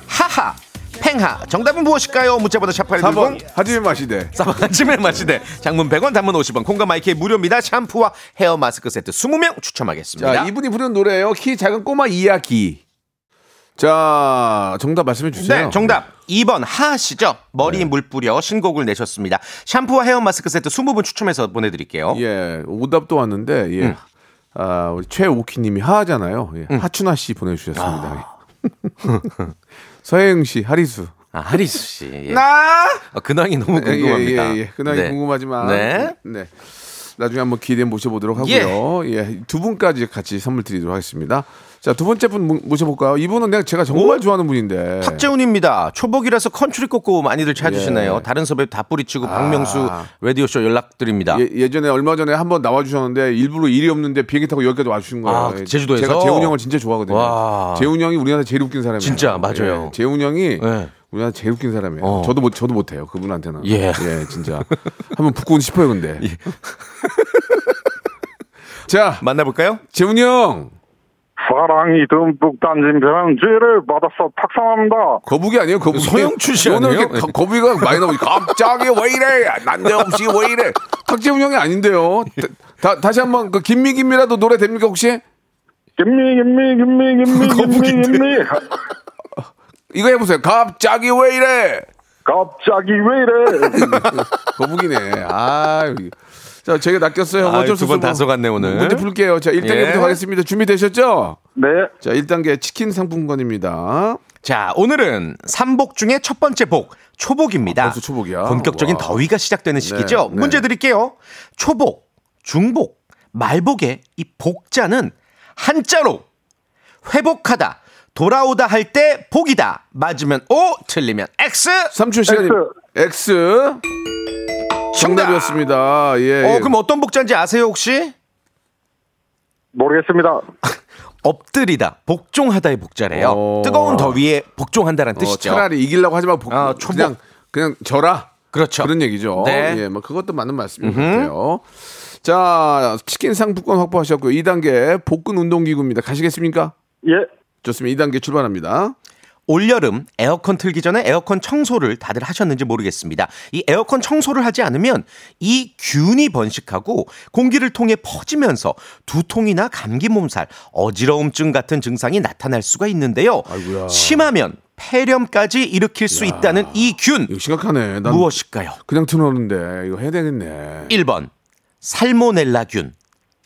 Speaker 7: 하하, 팽하. 정답은 무엇일까요? 문자번호 샵8 0
Speaker 3: 4번 하지면 마시대.
Speaker 7: 싸바가지멜 마시대 장문 100원 단문 50원 콩과 마이크 무료입니다 샴푸와 헤어 마스크 세트 20명 추첨하겠습니다
Speaker 3: 자, 이분이 부르는 노래예요. 키 작은 꼬마 이야기. 자, 정답 말씀해 주세요. 네.
Speaker 7: 네 정답 2번 하하씨죠 머리 물 뿌려 신곡을 내셨습니다 샴푸와 헤어 마스크 세트 20분 추첨해서 보내드릴게요
Speaker 3: 예, 오답도 왔는데
Speaker 7: 음.
Speaker 3: 예. 아, 우리 최오키 님이 하하잖아요. 예. 하춘아 씨 보내 주셨습니다. [LAUGHS] 서혜영 씨, 하리수.
Speaker 7: 아 하리수씨 어,
Speaker 3: 나
Speaker 7: 근황이 너무
Speaker 3: 예, 예,
Speaker 7: 궁금합니다
Speaker 3: 예, 예. 근황이
Speaker 7: 네.
Speaker 3: 궁금하지만
Speaker 7: 네.
Speaker 3: 네. 나중에 한번 기대 모셔보도록 하고요. 예. 두 분까지 같이 선물 드리도록 하겠습니다. 자, 두 번째 분 모- 모셔볼까요? 이분은 내가 제가 정말 좋아하는 분인데.
Speaker 7: 박재훈입니다. 초복이라서 컨츄리 꽂고 많이들 찾으시네요.
Speaker 3: 예.
Speaker 7: 다른 섭외 다 뿌리치고 박명수 라디오쇼 연락드립니다.
Speaker 3: 예, 예전에 얼마 전에 한번 나와주셨는데 일부러 일이 없는데 비행기 타고 여기까지 와주신 거예요.
Speaker 7: 아,
Speaker 3: 예,
Speaker 7: 제주도에서?
Speaker 3: 제가 재훈 형을 진짜 좋아하거든요.
Speaker 7: 와.
Speaker 3: 재훈 형이 우리나라 제일 웃긴 사람이에요.
Speaker 7: 진짜, 맞아요.
Speaker 3: 예, 재훈 형이
Speaker 7: 예.
Speaker 3: 우리나라 제일 웃긴 사람이에요.
Speaker 7: 어.
Speaker 3: 저도 못 저도 못해요 그분한테는.
Speaker 7: 예.
Speaker 3: 진짜 한번 붙고 싶어요 근데. [LAUGHS] 자
Speaker 7: 만나볼까요?
Speaker 3: 재훈 형
Speaker 10: 사랑이 듬뿍 담긴 편지를 받아서 탁상합니다.
Speaker 3: 거북이 아니에요 거북이.
Speaker 7: 서영춘 씨
Speaker 3: 오늘
Speaker 7: 아니에요?
Speaker 3: 이렇게 거- 거북이가 많이 나오고 갑자기 왜 이래 난데없이 왜 이래 박재훈 형이 아닌데요. 다, 다시 한번 그 김미 김미라도 노래 됩니까 혹시?
Speaker 10: 김미 김미 김미 김미 김미 김미
Speaker 3: 이거 해보세요. 갑자기 왜 이래?
Speaker 10: [LAUGHS] 갑자기 왜 이래
Speaker 3: 거북이네. 아, 자, 제가 낚였어요.
Speaker 7: 아유,
Speaker 3: 어쩔 수
Speaker 7: 두번
Speaker 3: 없어.
Speaker 7: 다 속았네, 오늘.
Speaker 3: 문제 풀게요. 자, 1단계부터
Speaker 7: 예.
Speaker 3: 가겠습니다. 준비되셨죠?
Speaker 10: 네
Speaker 3: 자, 1단계 치킨 상품권입니다.
Speaker 7: 자, 오늘은 삼복 중에 첫 번째 복, 초복입니다.
Speaker 3: 아, 벌써 초복이야?
Speaker 7: 본격적인
Speaker 3: 와.
Speaker 7: 더위가 시작되는 시기죠.
Speaker 3: 네.
Speaker 7: 문제 드릴게요. 초복, 중복, 말복의 이 복자는 한자로 회복하다, 돌아오다 할 때 복이다. 맞으면 O, 틀리면 X.
Speaker 3: 3초 시간이 X. 정답이었습니다. 예.
Speaker 7: 어,
Speaker 3: 예.
Speaker 7: 그럼 어떤 복자인지 아세요, 혹시?
Speaker 10: 모르겠습니다.
Speaker 7: 엎드리다, 복종하다의 복자래요.
Speaker 3: 어.
Speaker 7: 뜨거운 더위에 복종한다는
Speaker 3: 어,
Speaker 7: 뜻이죠.
Speaker 3: 차라리 이기려고 하지 말고
Speaker 7: 아, 초복.
Speaker 3: 그냥 그냥 져라.
Speaker 7: 그렇죠.
Speaker 3: 그런 얘기죠.
Speaker 7: 네.
Speaker 3: 예, 뭐 그것도 맞는 말씀인 것 같아요. 자, 치킨 상품권 확보하셨고요. 2단계 복근 운동기구입니다. 가시겠습니까?
Speaker 10: 예
Speaker 3: 좋습니다. 2단계 출발합니다.
Speaker 7: 올여름 에어컨 틀기 전에 에어컨 청소를 다들 하셨는지 모르겠습니다. 이 에어컨 청소를 하지 않으면 이 균이 번식하고 공기를 통해 퍼지면서 두통이나 감기 몸살, 어지러움증 같은 증상이 나타날 수가 있는데요.
Speaker 3: 아이고야.
Speaker 7: 심하면 폐렴까지 일으킬 수 있다는 이 균
Speaker 3: 이거 심각하네. 난
Speaker 7: 무엇일까요?
Speaker 3: 그냥 틀어놓는데 이거 해야 되겠네.
Speaker 7: 1번 살모넬라균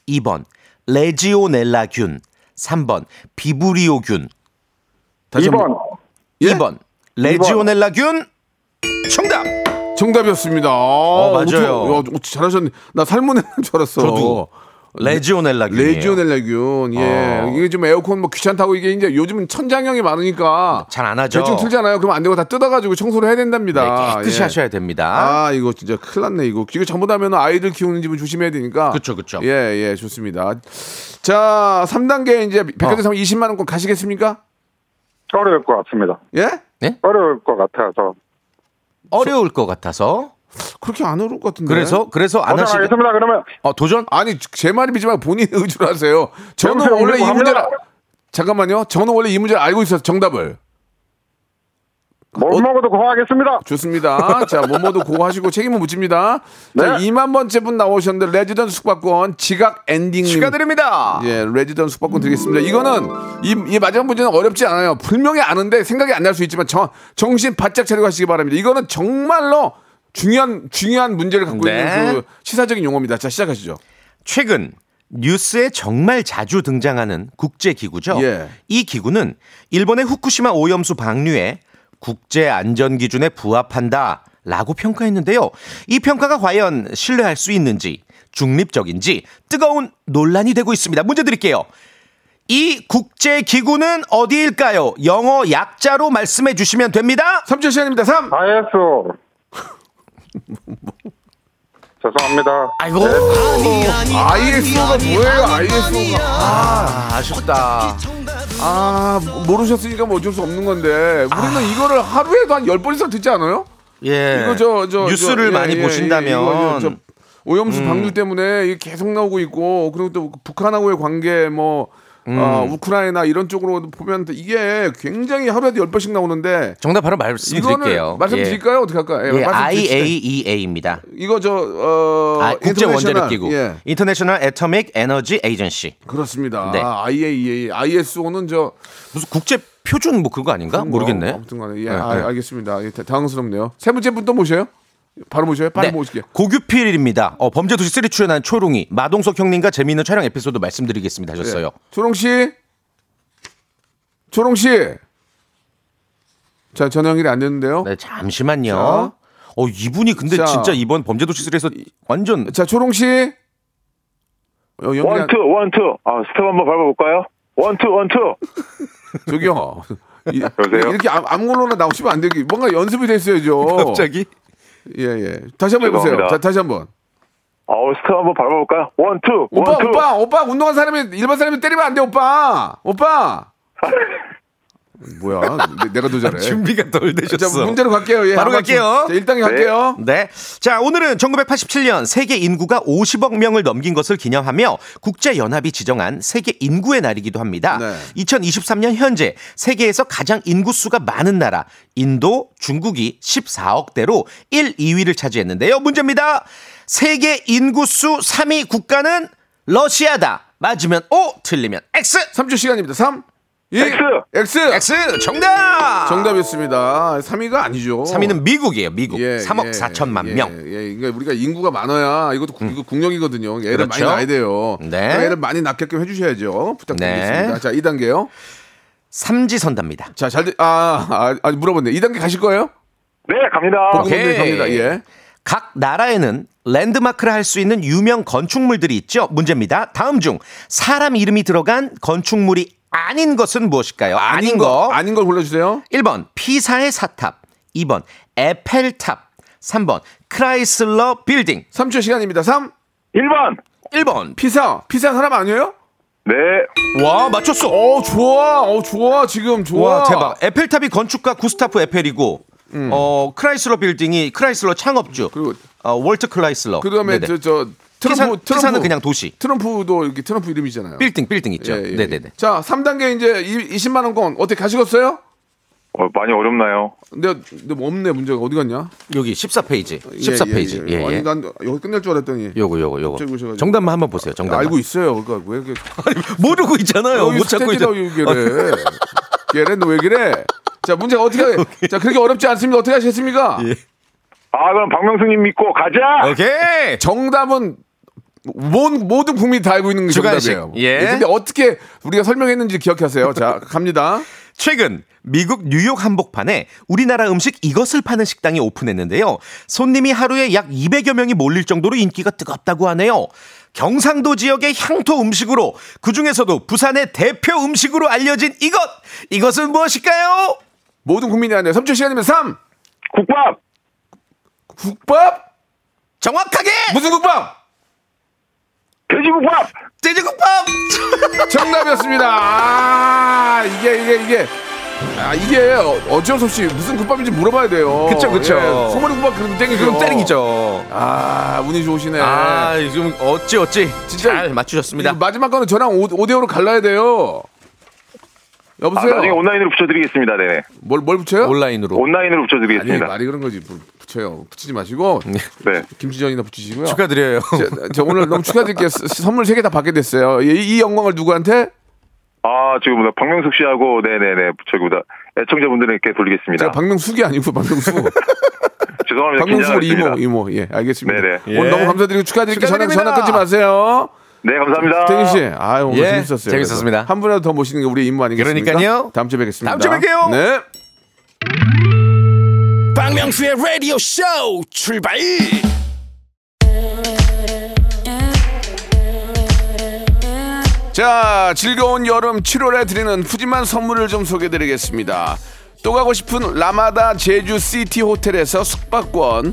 Speaker 7: 2번 레지오넬라균 3번 비브리오균
Speaker 3: 다시 한 번.
Speaker 10: 2번.
Speaker 3: 예?
Speaker 7: 2번 레지오넬라균 정답
Speaker 3: 정답이었습니다. 어,
Speaker 7: 맞아요.
Speaker 3: 잘하셨네. 나 살모넬라인 [LAUGHS] 줄 알았어.
Speaker 7: 저도. 레지오넬라균
Speaker 3: 레지오넬라균. 예.
Speaker 7: 어.
Speaker 3: 이게 좀 에어컨 뭐 귀찮다고 이게 이제 요즘은 천장형이 많으니까
Speaker 7: 잘 안 하죠
Speaker 3: 대충 틀잖아요. 그럼 안 되고 다 뜯어가지고 청소를 해야 된답니다.
Speaker 7: 네, 깨끗이
Speaker 3: 예.
Speaker 7: 하셔야 됩니다
Speaker 3: 아, 이거 진짜 큰일 났네, 이거. 이거 잘못하면 아이들 키우는 집은 조심해야 되니까.
Speaker 7: 그쵸, 그쵸.
Speaker 3: 예, 예, 좋습니다. 자, 3단계 이제 백화점 사면 20만원권 가시겠습니까?
Speaker 10: 어려울 것 같습니다.
Speaker 3: 예?
Speaker 10: 어려울 것 같아서.
Speaker 7: 어려울 것 같아서
Speaker 3: 그렇게 안 어려울 것 같은데.
Speaker 7: 그래서 그래서 안 하시
Speaker 10: 도전하겠습니다. 그러면
Speaker 7: 어 도전
Speaker 3: 아니, 제 말이지만 [LAUGHS] 본인 의지로 하세요. 저는
Speaker 10: 백화점
Speaker 3: 원래 이
Speaker 10: 공부합니다.
Speaker 3: 문제를. 아, 잠깐만요. 저는 원래 이 문제를 알고 있어서 정답을.
Speaker 10: 못
Speaker 3: 어-
Speaker 10: 먹어도 고하겠습니다.
Speaker 3: 좋습니다. 자, 뭐뭐도 고하시고 책임은 묻힙니다. 자,
Speaker 7: 네.
Speaker 3: 2만 번째 분 나오셨는데 레지던 숙박권 지각
Speaker 7: 네.
Speaker 3: 엔딩 님
Speaker 7: 축하드립니다
Speaker 3: 예, 레지던 숙박권 드리겠습니다. 이거는 이, 이 마지막 문제는 어렵지 않아요. 분명히 아는데 생각이 안 날 수 있지만 정, 정신 바짝 차리고 하시기 바랍니다. 이거는 정말로 중요한 중요한 문제를 갖고
Speaker 7: 네.
Speaker 3: 있는 그 시사적인 용어입니다. 자, 시작하시죠.
Speaker 7: 최근 뉴스에 정말 자주 등장하는 국제기구죠.
Speaker 3: 예.
Speaker 7: 이 기구는 일본의 후쿠시마 오염수 방류에 국제 안전 기준에 부합한다. 라고 평가했는데요. 이 평가가 과연 신뢰할 수 있는지 중립적인지 뜨거운 논란이 되고 있습니다. 문제 드릴게요. 이 국제 기구는 어디일까요? 영어 약자로 말씀해 주시면 됩니다.
Speaker 3: 3초 시간입니다. 3.
Speaker 7: [LAUGHS]
Speaker 10: ISO. 죄송합니다.
Speaker 7: 아이고.
Speaker 3: ISO가 뭐예요? ISO가.
Speaker 7: 아, 아쉽다.
Speaker 3: 아, 모르셨으니까 뭐 어쩔 수 없는 건데. 우리는
Speaker 7: 아.
Speaker 3: 이거를 하루에도 한 10번 이상 듣지 않아요?
Speaker 7: 예.
Speaker 3: 이거 저, 저
Speaker 7: 뉴스를
Speaker 3: 저, 예,
Speaker 7: 많이
Speaker 3: 예,
Speaker 7: 보신다면 음.
Speaker 3: 예, 이거 저 오염수 방류 때문에 이게 계속 나오고 있고 그리고 또 북한하고의 관계 뭐
Speaker 7: 음.
Speaker 3: 어, 우크라이나 이런 쪽으로 보면 또 이게 굉장히 하루에도 열 번씩 나오는데
Speaker 7: 정답 바로
Speaker 3: 이거는
Speaker 7: 말씀드릴게요.
Speaker 3: 말씀드릴까요? 어떻게 할까요?
Speaker 7: 예. 예,
Speaker 3: 말씀드릴까요?
Speaker 7: IAEA입니다.
Speaker 3: 이거 저 어,
Speaker 7: 아, 국제 원자력
Speaker 3: 인터내셔널,
Speaker 7: 기구.
Speaker 3: 예,
Speaker 7: 인터내셔널 애터믹 에너지 에이전시.
Speaker 3: 그렇습니다. 아,
Speaker 7: 네.
Speaker 3: IAEA, ISO는 저
Speaker 7: 무슨 국제 표준 뭐 그거 아닌가?
Speaker 3: 뭐,
Speaker 7: 모르겠네.
Speaker 3: 아무튼간에 예,
Speaker 7: 네,
Speaker 3: 아,
Speaker 7: 네.
Speaker 3: 알겠습니다. 예, 다- 당황스럽네요. 세 번째 분 또 모셔요? 바로 모셔요? 빨리
Speaker 7: 네,
Speaker 3: 모실게요.
Speaker 7: 고규필입니다. 어, 범죄 도시 3 출연한 초롱이 마동석 형님과 재미있는 촬영 에피소드 말씀드리겠습니다 하셨어요.
Speaker 3: 초롱 예. 씨, 초롱 씨. 자 전화 연결이 안 됐는데요.
Speaker 7: 네, 잠시만요.
Speaker 3: 자.
Speaker 7: 어, 이분이 근데
Speaker 3: 자.
Speaker 7: 진짜 이번 범죄 도시 3에서 완전
Speaker 3: 자 초롱 씨. 어, 연결이 안,
Speaker 8: 원투 원투. 아 스텝 한번 밟아볼까요? 원투 원투.
Speaker 7: [LAUGHS]
Speaker 3: 저기요. 이,
Speaker 8: 여보세요?
Speaker 3: 이렇게 아무- 아무걸로나 나오시면 안 되기. 뭔가 연습이 됐어야죠.
Speaker 7: [LAUGHS] 갑자기
Speaker 3: 예 예. 다시 한번 해보세요.
Speaker 8: 죄송합니다.
Speaker 3: 자 다시 한번.
Speaker 8: 아 스텝 한번 밟아볼까요? 원투
Speaker 3: 오빠
Speaker 8: 원투.
Speaker 3: 오빠 오빠 운동한 사람이 일반 사람이 때리면 안 돼 오빠 오빠. [LAUGHS] 뭐야? 내, 내가 더 잘해.
Speaker 7: 준비가 덜
Speaker 3: 네. 자
Speaker 7: 되셨어.
Speaker 3: 문제로 갈게요. 예, 한번
Speaker 7: 바로 갈게요.
Speaker 3: 자, 일단계 갈게요.
Speaker 7: 네. 자, 오늘은 1987년 세계 인구가 50억 명을 넘긴 것을 기념하며 국제연합이 지정한 세계 인구의 날이기도 합니다.
Speaker 3: 네.
Speaker 7: 2023년 현재 세계에서 가장 인구수가 많은 나라, 인도, 중국이 14억대로 1, 2위를 차지했는데요. 문제입니다. 세계 인구수 3위 국가는 러시아다. 맞으면 O, 틀리면 X.
Speaker 3: 3초 시간입니다. 3, 2, X. X.
Speaker 7: X 정답!
Speaker 3: 정답이었습니다. 3위가 아니죠.
Speaker 7: 3위는 미국이에요, 미국. 3억 4천만
Speaker 3: 예,
Speaker 7: 명.
Speaker 3: 예, 예. 그러니까 우리가 인구가 많아야 이것도 국, 이거 국력이거든요. 애를 많이
Speaker 7: 그렇죠.
Speaker 3: 낳아야 돼요.
Speaker 7: 네.
Speaker 3: 그러니까 애를 많이 낳게끔 해주셔야죠. 부탁드리겠습니다.
Speaker 7: 네.
Speaker 3: 자, 2단계요.
Speaker 7: 삼지선답니다.
Speaker 3: 자, 잘, 되- 아, 아, 아니, 물어봤네. 2단계 가실 거예요?
Speaker 10: 네, 갑니다.
Speaker 3: 복분들
Speaker 7: 오케이.
Speaker 3: 갑니다. 예.
Speaker 7: 각 나라에는 랜드마크를 할 수 있는 유명 건축물들이 있죠. 문제입니다. 다음 중 사람 이름이 들어간 건축물이 아닌 것은 무엇일까요? 아닌, 거.
Speaker 3: 아닌 걸 골라주세요.
Speaker 7: 1번 피사의 사탑, 2번 에펠탑, 3번 크라이슬러 빌딩,
Speaker 3: 3초 시간입니다. 3.
Speaker 10: 1번.
Speaker 7: 1번.
Speaker 3: 피사. 피사 사람 아니에요?
Speaker 10: 네.
Speaker 7: 와, 맞췄어.
Speaker 3: 어, 좋아. 어, 좋아. 지금 좋아.
Speaker 7: 와, 대박. 에펠탑이 건축가 구스타프 에펠이고 어, 크라이슬러 빌딩이 크라이슬러 창업주.
Speaker 3: 음. 그리고-
Speaker 7: 어, 월트 크라이슬러.
Speaker 3: 그 다음에 저, 저,
Speaker 7: 피사,
Speaker 3: 트럼프,
Speaker 7: 피사는
Speaker 3: 트럼프.
Speaker 7: 그냥 도시.
Speaker 3: 트럼프도 이렇게 트럼프 이름이잖아요.
Speaker 7: 빌딩 빌딩 있죠.
Speaker 3: 예, 예, 예.
Speaker 7: 네, 네, 네.
Speaker 3: 자, 3단계 이제 이- 20만 원권 어떻게 가시겠어요?
Speaker 11: 어, 많이 어렵나요?
Speaker 3: 근데, 근데 뭐 없네 문제가 어디 갔냐?
Speaker 7: 여기 14페이지.
Speaker 3: 예,
Speaker 7: 14페이지. 예, 예.
Speaker 3: 아니 난 여기 끝날 줄 알았더니.
Speaker 7: 요거 요거 요거.
Speaker 3: 갑자기 오셔가지고.
Speaker 7: 정답만 한번 보세요. 정답.
Speaker 3: 알고 있어요. 그러니까 왜
Speaker 7: [LAUGHS]
Speaker 3: 이렇게
Speaker 7: 모르고 있잖아요.
Speaker 3: 여기
Speaker 7: 못 찾고 있잖아.
Speaker 3: 숙제지라고
Speaker 7: [LAUGHS]
Speaker 3: 얘기를. 해. 걔네 너왜 그래? 자 문제가 어떻게 자 그렇게 어렵지 않습니다. 어떻게
Speaker 7: 예.
Speaker 3: 하시겠습니까?
Speaker 11: 아 그럼 박명수님 믿고 가자.
Speaker 7: 어, 오케이.
Speaker 3: 정답은 온 모든 국민이 다 알고 있는 게
Speaker 7: 주관식.
Speaker 3: 정답이에요.
Speaker 7: 예.
Speaker 3: 근데 어떻게 우리가 설명했는지 기억하세요. 자 [LAUGHS] 갑니다.
Speaker 7: 최근 미국 뉴욕 한복판에 우리나라 음식 이것을 파는 식당이 오픈했는데요. 손님이 하루에 약 200여 명이 몰릴 정도로 인기가 뜨겁다고 하네요. 경상도 지역의 향토 음식으로 그 중에서도 부산의 대표 음식으로 알려진 이것 이것은 무엇일까요?
Speaker 3: 모든 국민이 아니에요. 3초 시간이면 3
Speaker 11: 국밥.
Speaker 3: 국밥
Speaker 7: 정확하게
Speaker 3: 무슨 국밥?
Speaker 11: 돼지국밥.
Speaker 7: 돼지국밥
Speaker 3: 정답이었습니다. 아, 이게 이게 이게 아 이게 어쩔 수 없이 무슨 국밥인지 물어봐야 돼요.
Speaker 7: 그쵸, 그쵸.
Speaker 3: 소머리 국밥 그럼 땡기죠.
Speaker 7: 그럼 때리기죠.
Speaker 3: 아 운이 좋으시네.
Speaker 7: 아 지금 어찌 어찌
Speaker 3: 진짜
Speaker 7: 잘
Speaker 3: 이거
Speaker 7: 맞추셨습니다.
Speaker 3: 마지막 거는 저랑 5대 5로 갈라야 돼요.
Speaker 11: 아,
Speaker 3: 여보세요.
Speaker 11: 나중에 온라인으로 붙여드리겠습니다. 네네.
Speaker 3: 뭘, 뭘 붙여요?
Speaker 7: 온라인으로
Speaker 11: 온라인으로
Speaker 3: 아니
Speaker 11: 붙여드리겠습니다.
Speaker 3: 말이 그런 거지 부- 붙여요. 붙이지 마시고
Speaker 11: 네.
Speaker 3: 김치전이나 붙이시고요.
Speaker 7: 축하드려요.
Speaker 3: 저, 저 오늘 너무 축하드릴게요. 스- 선물 세 개 다 받게 됐어요. 이, 이 영광을
Speaker 11: 네.
Speaker 3: 누구한테?
Speaker 11: 아 지금 뭐다 박명숙 씨하고 네네네 저기 뭐다 애청자분들에게 돌리겠습니다.
Speaker 3: 제가 박명숙이 아니고 박명수.
Speaker 11: 네, 죄송합니다.
Speaker 3: 박명수 우리
Speaker 11: 긴장하겠습니다.
Speaker 3: 이모 이모 예 알겠습니다.
Speaker 11: 네네.
Speaker 3: 오늘
Speaker 7: 예.
Speaker 3: 너무 감사드리고 축하드리고 전화
Speaker 7: 축하드립니다.
Speaker 3: 전화 끊지 마세요.
Speaker 11: 네 감사합니다.
Speaker 3: 태진 씨, 아 오늘
Speaker 7: 예,
Speaker 3: 재밌었어요.
Speaker 7: 재밌었습니다.
Speaker 3: 그래서 한 분이라도 더 모시는 게 우리의 임무 아니겠습니까?
Speaker 7: 그러니까요.
Speaker 3: 다음 주에 뵙겠습니다.
Speaker 7: 다음 주에 뵐게요.
Speaker 3: 네.
Speaker 1: 박명수의 라디오 쇼 출발
Speaker 3: 자, 즐거운 여름 7월에 드리는 푸짐한 선물을 좀 소개드리겠습니다. 또 가고 싶은 라마다 제주 시티 호텔에서 숙박권,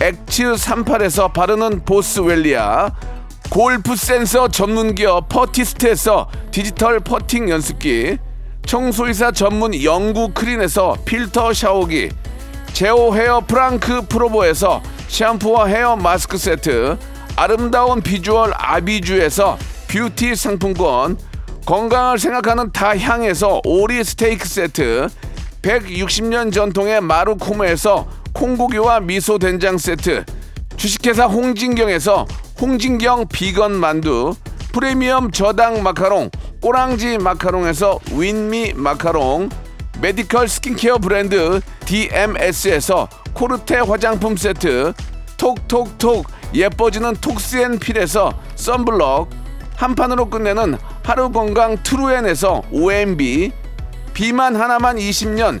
Speaker 3: 액츠 38에서 바르는 보스웰리아 골프 센서 전문기업 퍼티스트에서 디지털 퍼팅 연습기 청소이사 전문 영구 크린에서 필터 샤워기 제오 헤어 프랑크 프로보에서 샴푸와 헤어 마스크 세트 아름다운 비주얼 아비주에서 뷰티 상품권 건강을 생각하는 다향에서 오리 스테이크 세트 160년 전통의 마루코메에서 콩고기와 미소 된장 세트 주식회사 홍진경에서 홍진경 비건 만두 프리미엄 저당 마카롱 꼬랑지 마카롱에서 윈미 마카롱 메디컬 스킨케어 브랜드 DMS에서 코르테 화장품 세트, 톡톡톡 예뻐지는 톡스앤필에서 썬블럭, 한 판으로 끝내는 하루 건강 트루엔에서 OMB, 비만 하나만 20년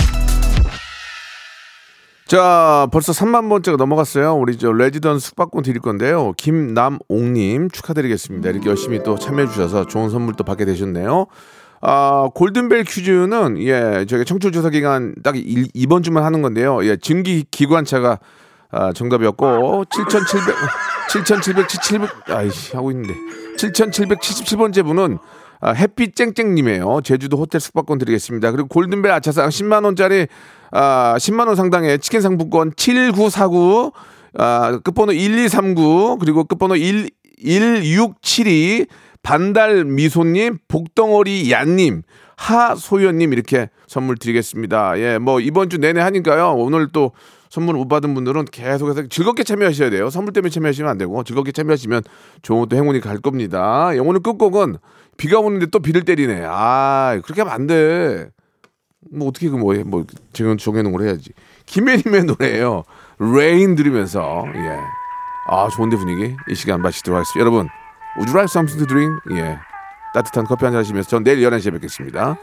Speaker 3: 자 벌써 3만 번째가 넘어갔어요 우리 저 레지던 숙박권 드릴 건데요 김남옥님 축하드리겠습니다 이렇게 열심히 또 참여해 주셔서 좋은 선물 또 받게 되셨네요 아 골든벨 퀴즈는 예 저희 청출조사 기간 딱 일- 이번 주만 하는 건데요 예 증기 기관차가 아, 정답이었고 7,700 7,777 아이씨 하고 있는데 7,777번째 분은 아, 햇빛 쨍쨍님이에요. 제주도 호텔 숙박권 드리겠습니다. 그리고 골든벨 아차상 10만 원짜리 아, 10만 원 상당의 치킨 상품권 7949 아, 끝번호 1239 그리고 끝번호 1 1672 반달 미소님, 복덩어리 야님, 하소연님 이렇게 선물 드리겠습니다. 예, 뭐 이번 주 내내 하니까요. 오늘 또 선물 못 받은 분들은 계속해서 즐겁게 참여하셔야 돼요. 선물 때문에 참여하시면 안 되고 즐겁게 참여하시면 좋은 또 행운이 갈 겁니다. 예, 오늘 끝곡은 비가 오는데 또 비를 때리네. 아, 그렇게 하면 안 돼. 뭐 어떻게 그 뭐해 뭐 지금 정해놓은 걸 해야지 김혜림의 노래예요 레인 들으면서 예. 아 좋은데 분위기 이 시간 마치도록 하겠습니다. 여러분 우주 라이프 삼성드 드링 예. 따뜻한 커피 한잔 하시면서 전 내일 11시에 뵙겠습니다.